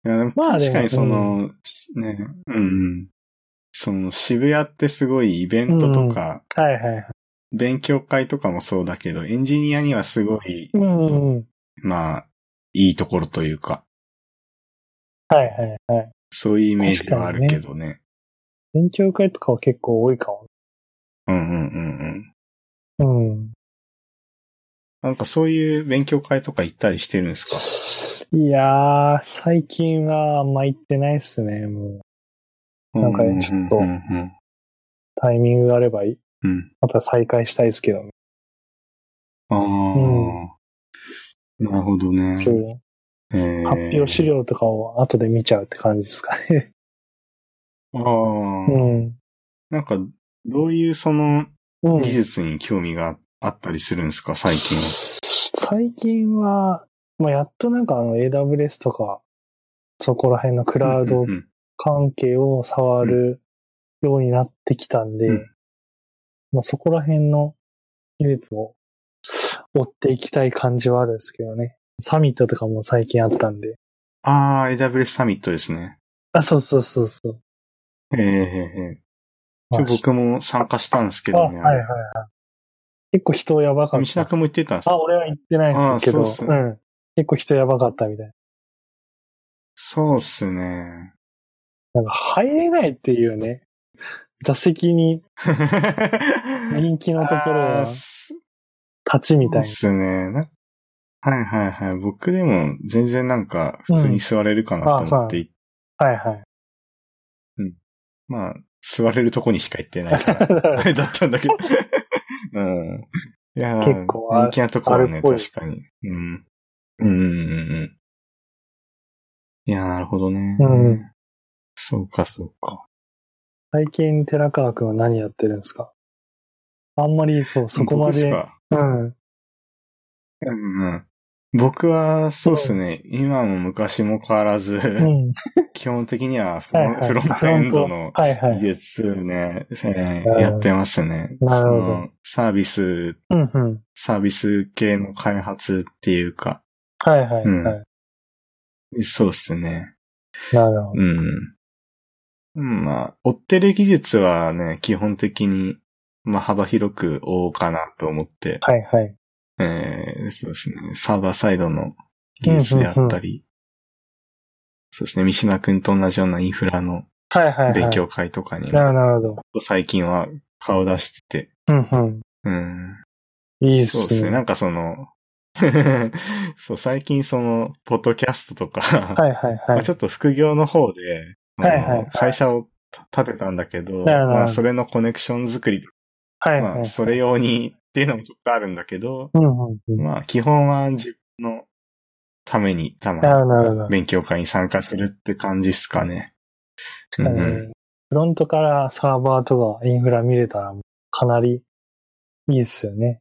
Speaker 1: いや、でも
Speaker 2: まあで
Speaker 1: 確
Speaker 2: も
Speaker 1: かにその、ね、うんうん。その渋谷ってすごいイベントとか、
Speaker 2: う。はいはいはい。
Speaker 1: 勉強会とかもそうだけど、エンジニアにはすごい、
Speaker 2: うんうんうん。
Speaker 1: まあ、いいところというか、
Speaker 2: はいはいはい。
Speaker 1: そういうイメージはあるけどね。
Speaker 2: 勉強会とかは結構多いかも。
Speaker 1: うんうんうんうん。
Speaker 2: うん。
Speaker 1: なんかそういう勉強会とか行ったりしてるんですか
Speaker 2: いやー、最近はあんま行ってないっすね。もう、なんかねちょっと
Speaker 1: うんうん
Speaker 2: タイミングがあればい
Speaker 1: うんうん。
Speaker 2: また再開したいですけどね。
Speaker 1: ああ、なるほどね。
Speaker 2: そういう
Speaker 1: えー
Speaker 2: 発表資料とかを後で見ちゃうって感じですかね。
Speaker 1: ああ、
Speaker 2: うん。
Speaker 1: なんか、どういうその
Speaker 2: うん。
Speaker 1: 技術に興味があったりするんですか、最近は。
Speaker 2: 最近は、まあ、やっとなんかあの AWS とか、そこら辺のクラウド
Speaker 1: うんうん
Speaker 2: 関係を触るようになってきたんで、
Speaker 1: うん
Speaker 2: まあ、そこら辺の技術を追っていきたい感じはあるんですけどね。サミットとかも最近あったんで。
Speaker 1: ああ、AWS サミットですね。
Speaker 2: あ、そうそうそうそう。
Speaker 1: ええええちょ
Speaker 2: まあ
Speaker 1: 僕も参加したんですけ
Speaker 2: あ、
Speaker 1: ど
Speaker 2: はい
Speaker 1: ね。
Speaker 2: はいはい。結構人やばかった。
Speaker 1: 西田君も言ってたんです
Speaker 2: あ、
Speaker 1: か
Speaker 2: 俺は行ってないんですけど、
Speaker 1: あそうっすね
Speaker 2: ん。結構人やばかったみたいな。
Speaker 1: そうっすね。
Speaker 2: なんか入れないっていうね。座席に人気のところ
Speaker 1: あ
Speaker 2: は
Speaker 1: ー
Speaker 2: 立
Speaker 1: す
Speaker 2: ちみたい
Speaker 1: そうっすね。なんはいはいはい。僕でも全然なんか普通に座れるかなと思って、
Speaker 2: はいはい。
Speaker 1: まあ、座れるとこにしか行ってないから、あれだったんだけ ど。うん。いやー
Speaker 2: 結構あ
Speaker 1: 人気なところは
Speaker 2: ある
Speaker 1: ね、
Speaker 2: っぽい
Speaker 1: 確かに。うん。うんうんうんうん。いやーなるほどね。
Speaker 2: うん
Speaker 1: そうか、そうか。
Speaker 2: 最近、寺川くんは何やってるんですかあんまり、そう、そこま
Speaker 1: 僕す
Speaker 2: で。
Speaker 1: か
Speaker 2: う
Speaker 1: う
Speaker 2: ん。
Speaker 1: んうん。僕は、そうですね。今も昔も変わらず、
Speaker 2: うん。
Speaker 1: 基本的にはフ
Speaker 2: は
Speaker 1: ロ
Speaker 2: い
Speaker 1: ン
Speaker 2: はい。
Speaker 1: フロントエンドの
Speaker 2: はいは
Speaker 1: 技
Speaker 2: い。
Speaker 1: 術ね、え
Speaker 2: うん
Speaker 1: ーやってますね。
Speaker 2: なるほど
Speaker 1: そのサービス、
Speaker 2: うんうん。
Speaker 1: サービス系の開発っていうか、
Speaker 2: はいはいはい。
Speaker 1: そうですね。
Speaker 2: なるほど。
Speaker 1: うん。うんまあ、追ってる技術はね、基本的に、まあ幅広く追おうかなと思って、
Speaker 2: はいはい。
Speaker 1: えーそうですね。サーバーサイドの技術であったり、そうですね。三島くんと同じようなインフラの
Speaker 2: はいはいはい。
Speaker 1: 勉強会とかに
Speaker 2: な
Speaker 1: も、
Speaker 2: るほど。
Speaker 1: 最近は顔出してて、
Speaker 2: うんうん。
Speaker 1: うん。
Speaker 2: いいっす
Speaker 1: そ
Speaker 2: ね。
Speaker 1: うですね。なんかその、 そう、最近その、ポッドキャストとか、
Speaker 2: はいはい
Speaker 1: ま
Speaker 2: は
Speaker 1: あ
Speaker 2: い
Speaker 1: ち。ょっと副業の方で、あの
Speaker 2: はいはいはい
Speaker 1: 会社を立てたんだけど、
Speaker 2: なるほど
Speaker 1: まあそれのコネクション作り、
Speaker 2: はいはい
Speaker 1: ま
Speaker 2: は
Speaker 1: あ
Speaker 2: い。
Speaker 1: それ用にっていうのもちょっとあるんだけど、
Speaker 2: うんうんうん。
Speaker 1: まあ基本は自分のためにたま
Speaker 2: な
Speaker 1: に
Speaker 2: るほどなるほど。
Speaker 1: 勉強会に参加するって感じっすかね。う
Speaker 2: 確
Speaker 1: んう
Speaker 2: かに
Speaker 1: ん
Speaker 2: フロントからサーバーとかインフラ見れたらかなりいいっすよね。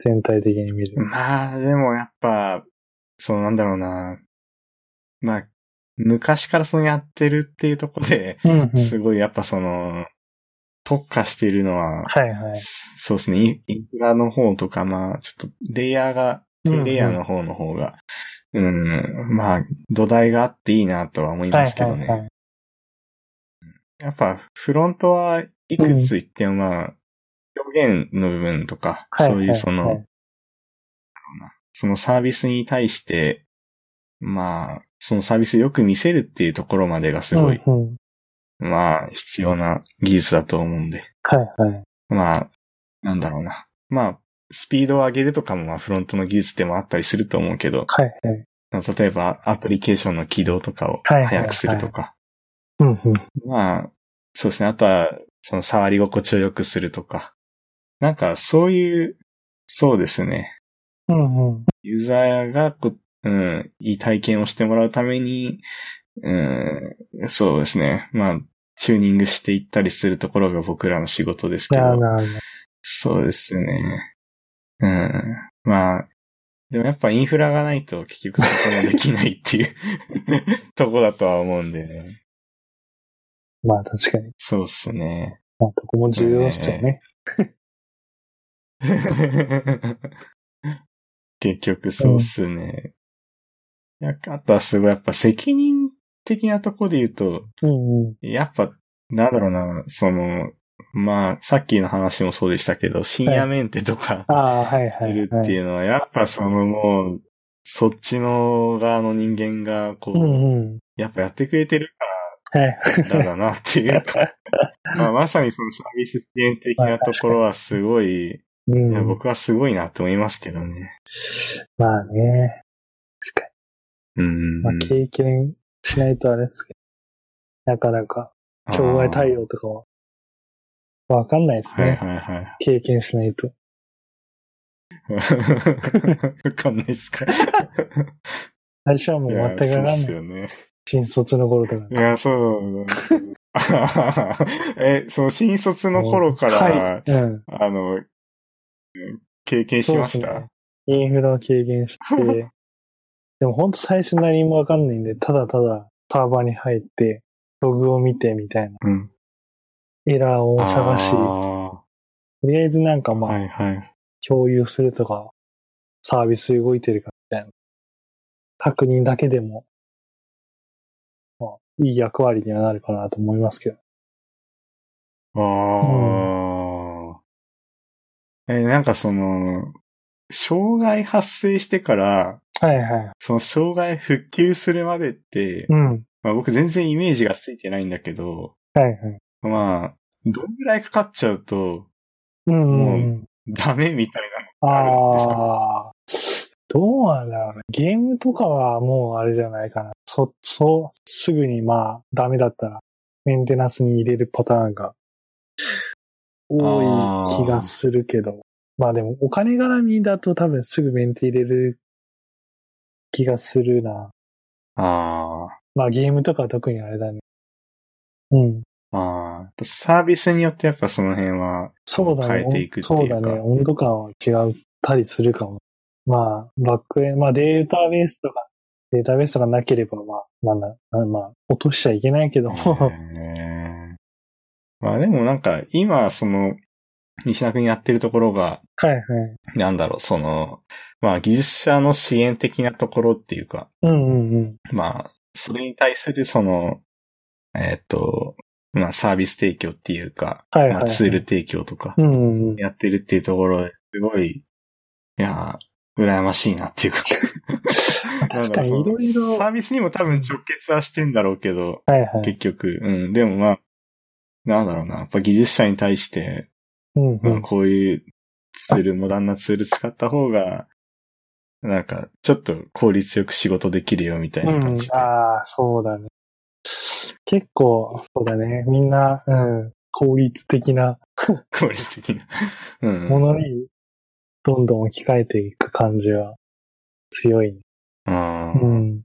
Speaker 2: 全体的に見る。
Speaker 1: まあ、でもやっぱ、そうなんだろうな。まあ、昔からそのやってるっていうところで、
Speaker 2: うんうん。
Speaker 1: すごいやっぱその、特化しているのは、
Speaker 2: はいはい。
Speaker 1: そうですね、インインフラの方とか、まあ、ちょっとレイヤーが、
Speaker 2: うんうん
Speaker 1: 低レイヤーの方の方が、うん、まあ、土台があっていいなとは思い
Speaker 2: は
Speaker 1: ますけ
Speaker 2: い
Speaker 1: ど
Speaker 2: はいは
Speaker 1: ね。
Speaker 2: い。
Speaker 1: やっぱ、フロントはいくつ言ってもまあ、表現の部分とか、
Speaker 2: はい
Speaker 1: そういうそ
Speaker 2: は
Speaker 1: の
Speaker 2: い、
Speaker 1: そのサービスに対して、まあ、そのサービスをよく見せるっていうところまでがすごい、
Speaker 2: うんうん。
Speaker 1: まあ、必要な技術だと思うんで。
Speaker 2: はいはい。
Speaker 1: まあ、なんだろうな。まあ、スピードを上げるとかも、まあ、フロントの技術でもあったりすると思うけど、
Speaker 2: はいはい。
Speaker 1: 例えば、アプリケーションの起動とかを
Speaker 2: はいはいはい
Speaker 1: 早くするとか、
Speaker 2: うんうん。
Speaker 1: まあ、そうですね。あとは、その触り心地を良くするとか、なんか、そういう、そうですね。
Speaker 2: うんうん。
Speaker 1: ユーザーがこう、うん、いい体験をしてもらうために、うん、そうですね。まあ、チューニングしていったりするところが僕らの仕事ですけ
Speaker 2: なる
Speaker 1: ど
Speaker 2: ほど、なる
Speaker 1: そうですね。うん。まあ、でもやっぱインフラがないと結局そこもできないっていう とこだとは思うんでね。
Speaker 2: ほど。まあ確かに。
Speaker 1: そうっすね。
Speaker 2: まあどこも重要っすよね。
Speaker 1: 結局そうっすね。いやあとはすごいやっぱ責任的なとこで言うと、
Speaker 2: うんうん。
Speaker 1: やっぱ、なんだろうな、その、まあ、さっきの話もそうでしたけど、深夜メンテとか、
Speaker 2: ああ、はい
Speaker 1: す
Speaker 2: はい。
Speaker 1: るって
Speaker 2: う。
Speaker 1: いうのは、やっぱそのもう、そっちの側の人間が、こう、
Speaker 2: うんうん。
Speaker 1: やっぱやってくれてる
Speaker 2: はい。
Speaker 1: からだなっていう か、まあ、まさにそのサービス支援的なところはすごい、
Speaker 2: う
Speaker 1: いや
Speaker 2: ん。
Speaker 1: 僕はすごいなと思いますけどね。
Speaker 2: まあね。確か
Speaker 1: うん。
Speaker 2: に。まあ経験しないとあれですけど。なかなか。障害対応とかは、わかんないです
Speaker 1: あー。
Speaker 2: ね。
Speaker 1: はいはいはい。
Speaker 2: 経験しないと。
Speaker 1: わかんないっすか。
Speaker 2: 最初はもう
Speaker 1: い
Speaker 2: 全
Speaker 1: や
Speaker 2: く
Speaker 1: そう
Speaker 2: わかんな
Speaker 1: っ
Speaker 2: い。
Speaker 1: すよね。
Speaker 2: 新卒の頃とか
Speaker 1: い。や、そう。 え、その新卒の頃から、
Speaker 2: はい。うん。
Speaker 1: あの、経験しまし
Speaker 2: そうったすね。インフラを経 験して、でも本当最初何もわかんないんで、ただただサーバーに入って、ログを見てみたいな。
Speaker 1: うん。
Speaker 2: エラーを探し、
Speaker 1: あ
Speaker 2: と
Speaker 1: ー
Speaker 2: りあえずなんかまあ、
Speaker 1: はいはい。
Speaker 2: 共有するとか、サービス動いてるかみたいな。確認だけでも、まあ、いい役割にはなるかなと思いますけど。
Speaker 1: ああ、え、なんかその、障害発生してから、
Speaker 2: はいはい。
Speaker 1: その障害復旧するまでって、
Speaker 2: うん。はい
Speaker 1: まあ僕全然イメージがついてないんだけど、
Speaker 2: はい。
Speaker 1: まあ、どんぐらいかかっちゃうと
Speaker 2: うんうんうん。
Speaker 1: ダメみたいなのってあるんですか
Speaker 2: ああ。どうなんだろうね。ゲームとかはもうあれじゃないかな。そ、そ、すぐにまあ、ダメだったら、メンテナンスに入れるパターンが、多い気がするけど。まあでも、お金絡みだと多分すぐメンテ入れる気がするな。
Speaker 1: あ
Speaker 2: まあゲームとかは特にあれだね。うん。
Speaker 1: あ、ああ。サービスによってやっぱその辺 は、
Speaker 2: そうだね。
Speaker 1: 変えていくっていうか
Speaker 2: そうだね。温度感は違ったりするかも。まあ、バックエン、まあデータベースとか、データベースとかなければ、まあ、まあな、なまあ、落としちゃいけないけども。
Speaker 1: えーまあでもなんか、今、その、西中にやってるところが、
Speaker 2: はいはい。
Speaker 1: なんだろう、その、まあ技術者の支援的なところっていうか、
Speaker 2: うんうんうん。
Speaker 1: まあ、それに対するその、えーっと、まあサービス提供っていうか、
Speaker 2: はいはい、
Speaker 1: まあツール。提供とか
Speaker 2: う、んうんうん。
Speaker 1: やってるっていうところ、すごい、いやー、羨ましいな っていうか。
Speaker 2: 確かに
Speaker 1: なんだろう
Speaker 2: いろいろ
Speaker 1: サービスにも多分直結はしてんだろうけど、
Speaker 2: はいはい。
Speaker 1: 結局、うん。でもまあ、なんだろうな。やっぱ技術者に対して、
Speaker 2: うんうん。
Speaker 1: うん、こういうツール、モダンなツール使った方が、なんか、ちょっと効率よく仕事できるよみたいな感じで。
Speaker 2: うん、ああ、そうだね。結構、そうだね。みんな、うん、効率的な
Speaker 1: 効率的な。 うん。
Speaker 2: ものに、どんどん置き換えていく感じは強い、ね。
Speaker 1: うん
Speaker 2: うん。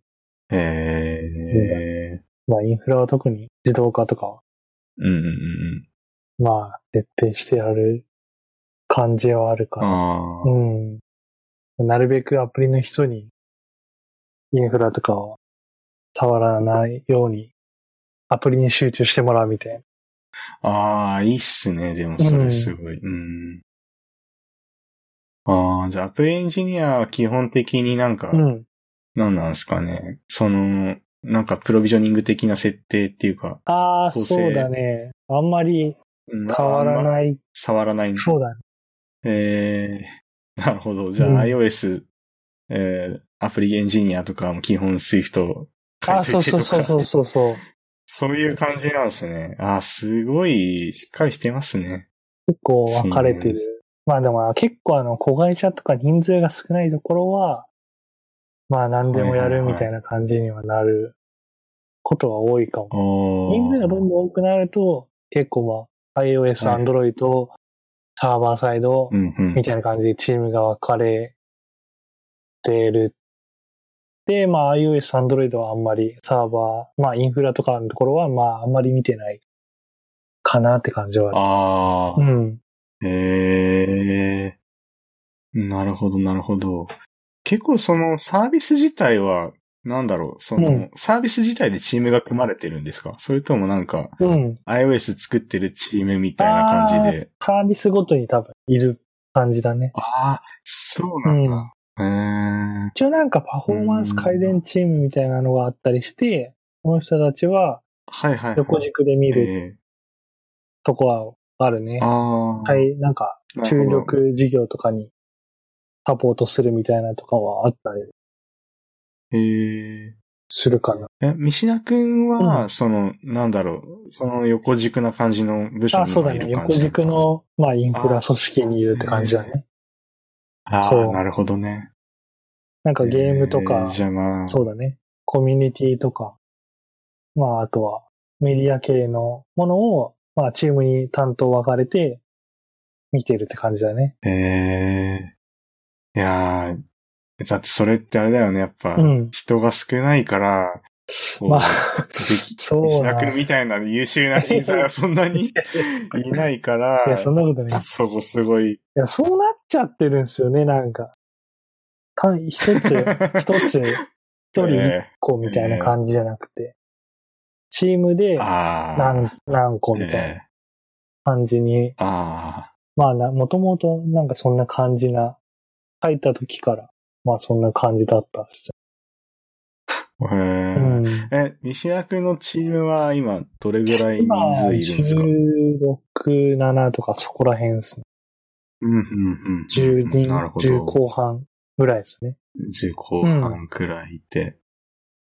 Speaker 1: へえ。
Speaker 2: まあ、インフラは特に自動化とかは、
Speaker 1: うんうんうん
Speaker 2: まあ、徹底してやる感じはある
Speaker 1: う
Speaker 2: か
Speaker 1: ん。
Speaker 2: ら。
Speaker 1: ああ。
Speaker 2: うん。なるべくアプリの人に、インフラとかを触らないように、アプリに集中してもらうみたいな。
Speaker 1: ああ、いいっすね。でもそれすごい。うん。ああ、じゃあアプリエンジニアは基本的になんか、
Speaker 2: うん。
Speaker 1: なんなんですかね。その、なんかプロビジョニング的な設定っていうか、
Speaker 2: ああ、
Speaker 1: 構成
Speaker 2: そうだね。あんまり
Speaker 1: 変
Speaker 2: 変わら
Speaker 1: い。
Speaker 2: ない。
Speaker 1: 触らないんだ。
Speaker 2: そうだね。
Speaker 1: えー、なるほど。じゃあ、
Speaker 2: うん
Speaker 1: iOS、えー、アプリエンジニアとかも基本 Swift を書
Speaker 2: あ
Speaker 1: い
Speaker 2: ー
Speaker 1: ててとか。
Speaker 2: そうそうそうそうそうそう。
Speaker 1: そういう感じなんですね。あーすごい、しっかりしてますね。
Speaker 2: 結構分かれて
Speaker 1: そうなんで
Speaker 2: る。まあでも結構あの、子会社とか人数が少ないところは、まあ何でもやるみたいな感じにはなることが多いかも。
Speaker 1: おー
Speaker 2: 人数がどんどん多くなると、結構まあ iOS、
Speaker 1: はい
Speaker 2: Android、サーバーサイド
Speaker 1: うんうん。
Speaker 2: みたいな感じでチームが分かれてる。で、まあ iOS、Android はあんまりサーバー、まあインフラとかのところはまああんまり見てないかなって感じはあ
Speaker 1: あ
Speaker 2: る。
Speaker 1: あ、
Speaker 2: うん。
Speaker 1: えー、なるほど、なるほど。結構そのサービス自体は、なんだろう、その、
Speaker 2: うん
Speaker 1: サービス自体でチームが組まれてるんですかそれともなんか、
Speaker 2: うん。
Speaker 1: iOS 作ってるチームみたいな感じで。
Speaker 2: あーサービスごとに多分いる感じだね。
Speaker 1: ああ、そう
Speaker 2: う
Speaker 1: なん
Speaker 2: ん。
Speaker 1: だ。へえ。
Speaker 2: 一応なんかパフォーマンス改善チームみたいなのがあったりして、この人たちは
Speaker 1: はいはいはい。
Speaker 2: 横軸で見
Speaker 1: え
Speaker 2: るとこはあるね
Speaker 1: え。ああ。
Speaker 2: は。い、なんか注。力事業とかにサポートするみたいなとかはあったり
Speaker 1: ええ。
Speaker 2: するかな。
Speaker 1: え、三品くんは、
Speaker 2: う
Speaker 1: その、なんだろう、その横軸な感じの部署に
Speaker 2: あ、そうだ
Speaker 1: いる
Speaker 2: ね。
Speaker 1: 感
Speaker 2: 横
Speaker 1: じなんですか
Speaker 2: 軸。の、まあ、インフ
Speaker 1: あ
Speaker 2: ラ組織にいるって感じだね。
Speaker 1: あ
Speaker 2: そ
Speaker 1: あ、
Speaker 2: う
Speaker 1: なるほどね。
Speaker 2: なんかゲームと
Speaker 1: ええ
Speaker 2: か、
Speaker 1: じゃあまあ。
Speaker 2: そうだね。コミュニティとか、まあ、あとはメディア系のものを、まあ、チームに担当分かれて見てるって感じだね。
Speaker 1: ええ。いやーだってそれってあれだよね、やっぱ。
Speaker 2: うん。
Speaker 1: 人が少ないから、こう
Speaker 2: まあ、
Speaker 1: でき、
Speaker 2: そう
Speaker 1: 西
Speaker 2: な
Speaker 1: 田君みたいな優秀な人材はそんな にいないから
Speaker 2: い、や、そんなことない。い
Speaker 1: そこすごい。
Speaker 2: や、そうなっちゃってるんですよね、なんか。単一つ、 一つ、一人一個みたいな感じじゃなくて、チームで
Speaker 1: ああ。
Speaker 2: 何、何個みたいな
Speaker 1: え
Speaker 2: 感じに、
Speaker 1: えあ
Speaker 2: まあな、もともとなんかそんな感じな、入った時から、まあそんな感じだったっす
Speaker 1: あ。へえ
Speaker 2: よ。うん。
Speaker 1: え、西田君のチームは今どれぐらい人
Speaker 2: 今、
Speaker 1: 数いるんですか
Speaker 2: 16、7とかそこら辺ですね。
Speaker 1: うん、うん、うん。
Speaker 2: 10人、
Speaker 1: なるほ
Speaker 2: 10
Speaker 1: ど。
Speaker 2: 後半ぐらいですね。
Speaker 1: 10後半くらいいて。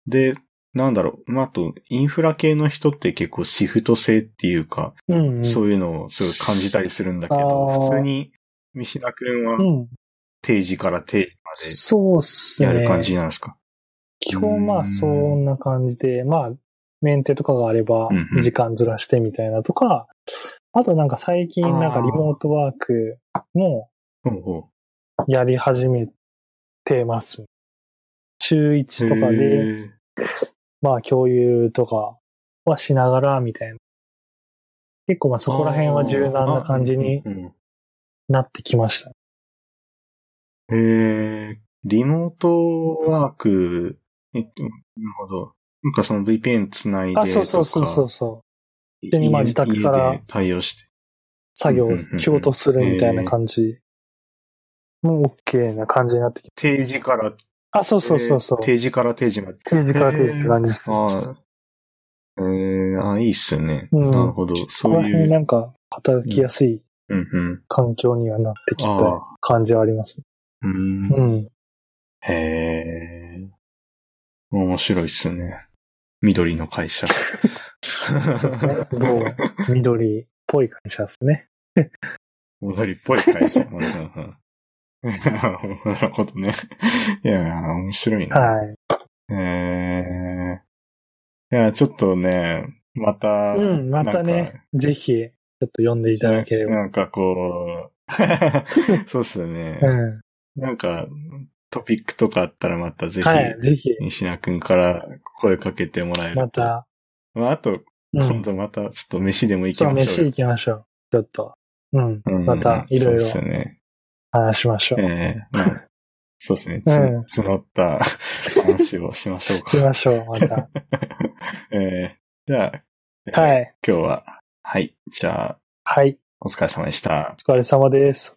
Speaker 1: で、なんだろう。まあ、あと、インフラ系の人って結構シフト制っていうか、
Speaker 2: うん、うん。
Speaker 1: そういうのをすごい感じたりするんだけ
Speaker 2: あ
Speaker 1: ど、
Speaker 2: ー
Speaker 1: 普通に、三品くんは
Speaker 2: うん。
Speaker 1: 定時から定時
Speaker 2: そうっす
Speaker 1: ま
Speaker 2: ね。
Speaker 1: でやる感じなんですか。
Speaker 2: 基本ま
Speaker 1: う
Speaker 2: あ
Speaker 1: ん
Speaker 2: そんな感じで、まあメンテとかがあれば
Speaker 1: うんうん
Speaker 2: 時間ずらしてみたいなとか、あとなんか最近なんかリモートワークも
Speaker 1: ほうほ
Speaker 2: やり始めてます。
Speaker 1: う
Speaker 2: 週1とかで、
Speaker 1: へ
Speaker 2: まあ共有とかはしながらみたいな。結構まあそこら辺は柔軟な感じに
Speaker 1: ーうん
Speaker 2: なってきました。
Speaker 1: へえ、リモートワーク、えっとなるほど。なんかその VPN つないでとか、
Speaker 2: あ、そうそうそうそうそう。
Speaker 1: 家
Speaker 2: にまあ自宅から
Speaker 1: 家で対応して。
Speaker 2: 作業
Speaker 1: うんうんうんう、ん
Speaker 2: 仕事するみたいな感じ。もう OK な感じになってき
Speaker 1: 定時から、
Speaker 2: あ、そうそうそうそう。
Speaker 1: 定時から定時まで。
Speaker 2: 定時から定時って感じです。
Speaker 1: ああ。えー、あ、いいっすよね。
Speaker 2: うん
Speaker 1: なるほど。
Speaker 2: そ
Speaker 1: そ
Speaker 2: こ
Speaker 1: う
Speaker 2: ら
Speaker 1: い
Speaker 2: 辺
Speaker 1: う。
Speaker 2: なんか働きやすい
Speaker 1: うん
Speaker 2: 環境にはなってきた
Speaker 1: ああ
Speaker 2: 感じはあります。
Speaker 1: うん。うん、
Speaker 2: うん。
Speaker 1: へえ。面白いっすね。緑の会社。
Speaker 2: そうですね。某緑っぽい会社ですね。
Speaker 1: 緑っぽい会 社。うんうん うんなるほどね。いやー、面白いな。
Speaker 2: はい。
Speaker 1: えー、いや、ちょっとね、また、
Speaker 2: うん、また
Speaker 1: なんか
Speaker 2: ね、ぜひ、ちょっと読んでいただければ。
Speaker 1: なんかこ う、そうっすよね。
Speaker 2: うん。
Speaker 1: なんか、トピックとかあったらまたぜひ、
Speaker 2: はい、ぜひ、
Speaker 1: 西名くんから声かけてもらえると。
Speaker 2: ま。た、
Speaker 1: まあ、あと、
Speaker 2: う
Speaker 1: 今
Speaker 2: ん。
Speaker 1: 度また、ちょっと飯でも行き
Speaker 2: そう、
Speaker 1: まし
Speaker 2: 飯
Speaker 1: ょう
Speaker 2: 行
Speaker 1: よ。
Speaker 2: きましょう。ちょっと。うん
Speaker 1: うんうんう。ん
Speaker 2: また、いろいろ
Speaker 1: そうですね。
Speaker 2: 話しましょう
Speaker 1: え。えまあそうですね。つ
Speaker 2: うん
Speaker 1: 募った話をしましょう
Speaker 2: 行き
Speaker 1: か。
Speaker 2: ま しょう、ま た。
Speaker 1: ええじゃあ、ええ
Speaker 2: はい。
Speaker 1: 今日は、はい。じゃあ、
Speaker 2: はい。
Speaker 1: お疲れ様でした
Speaker 2: お。疲れ様です。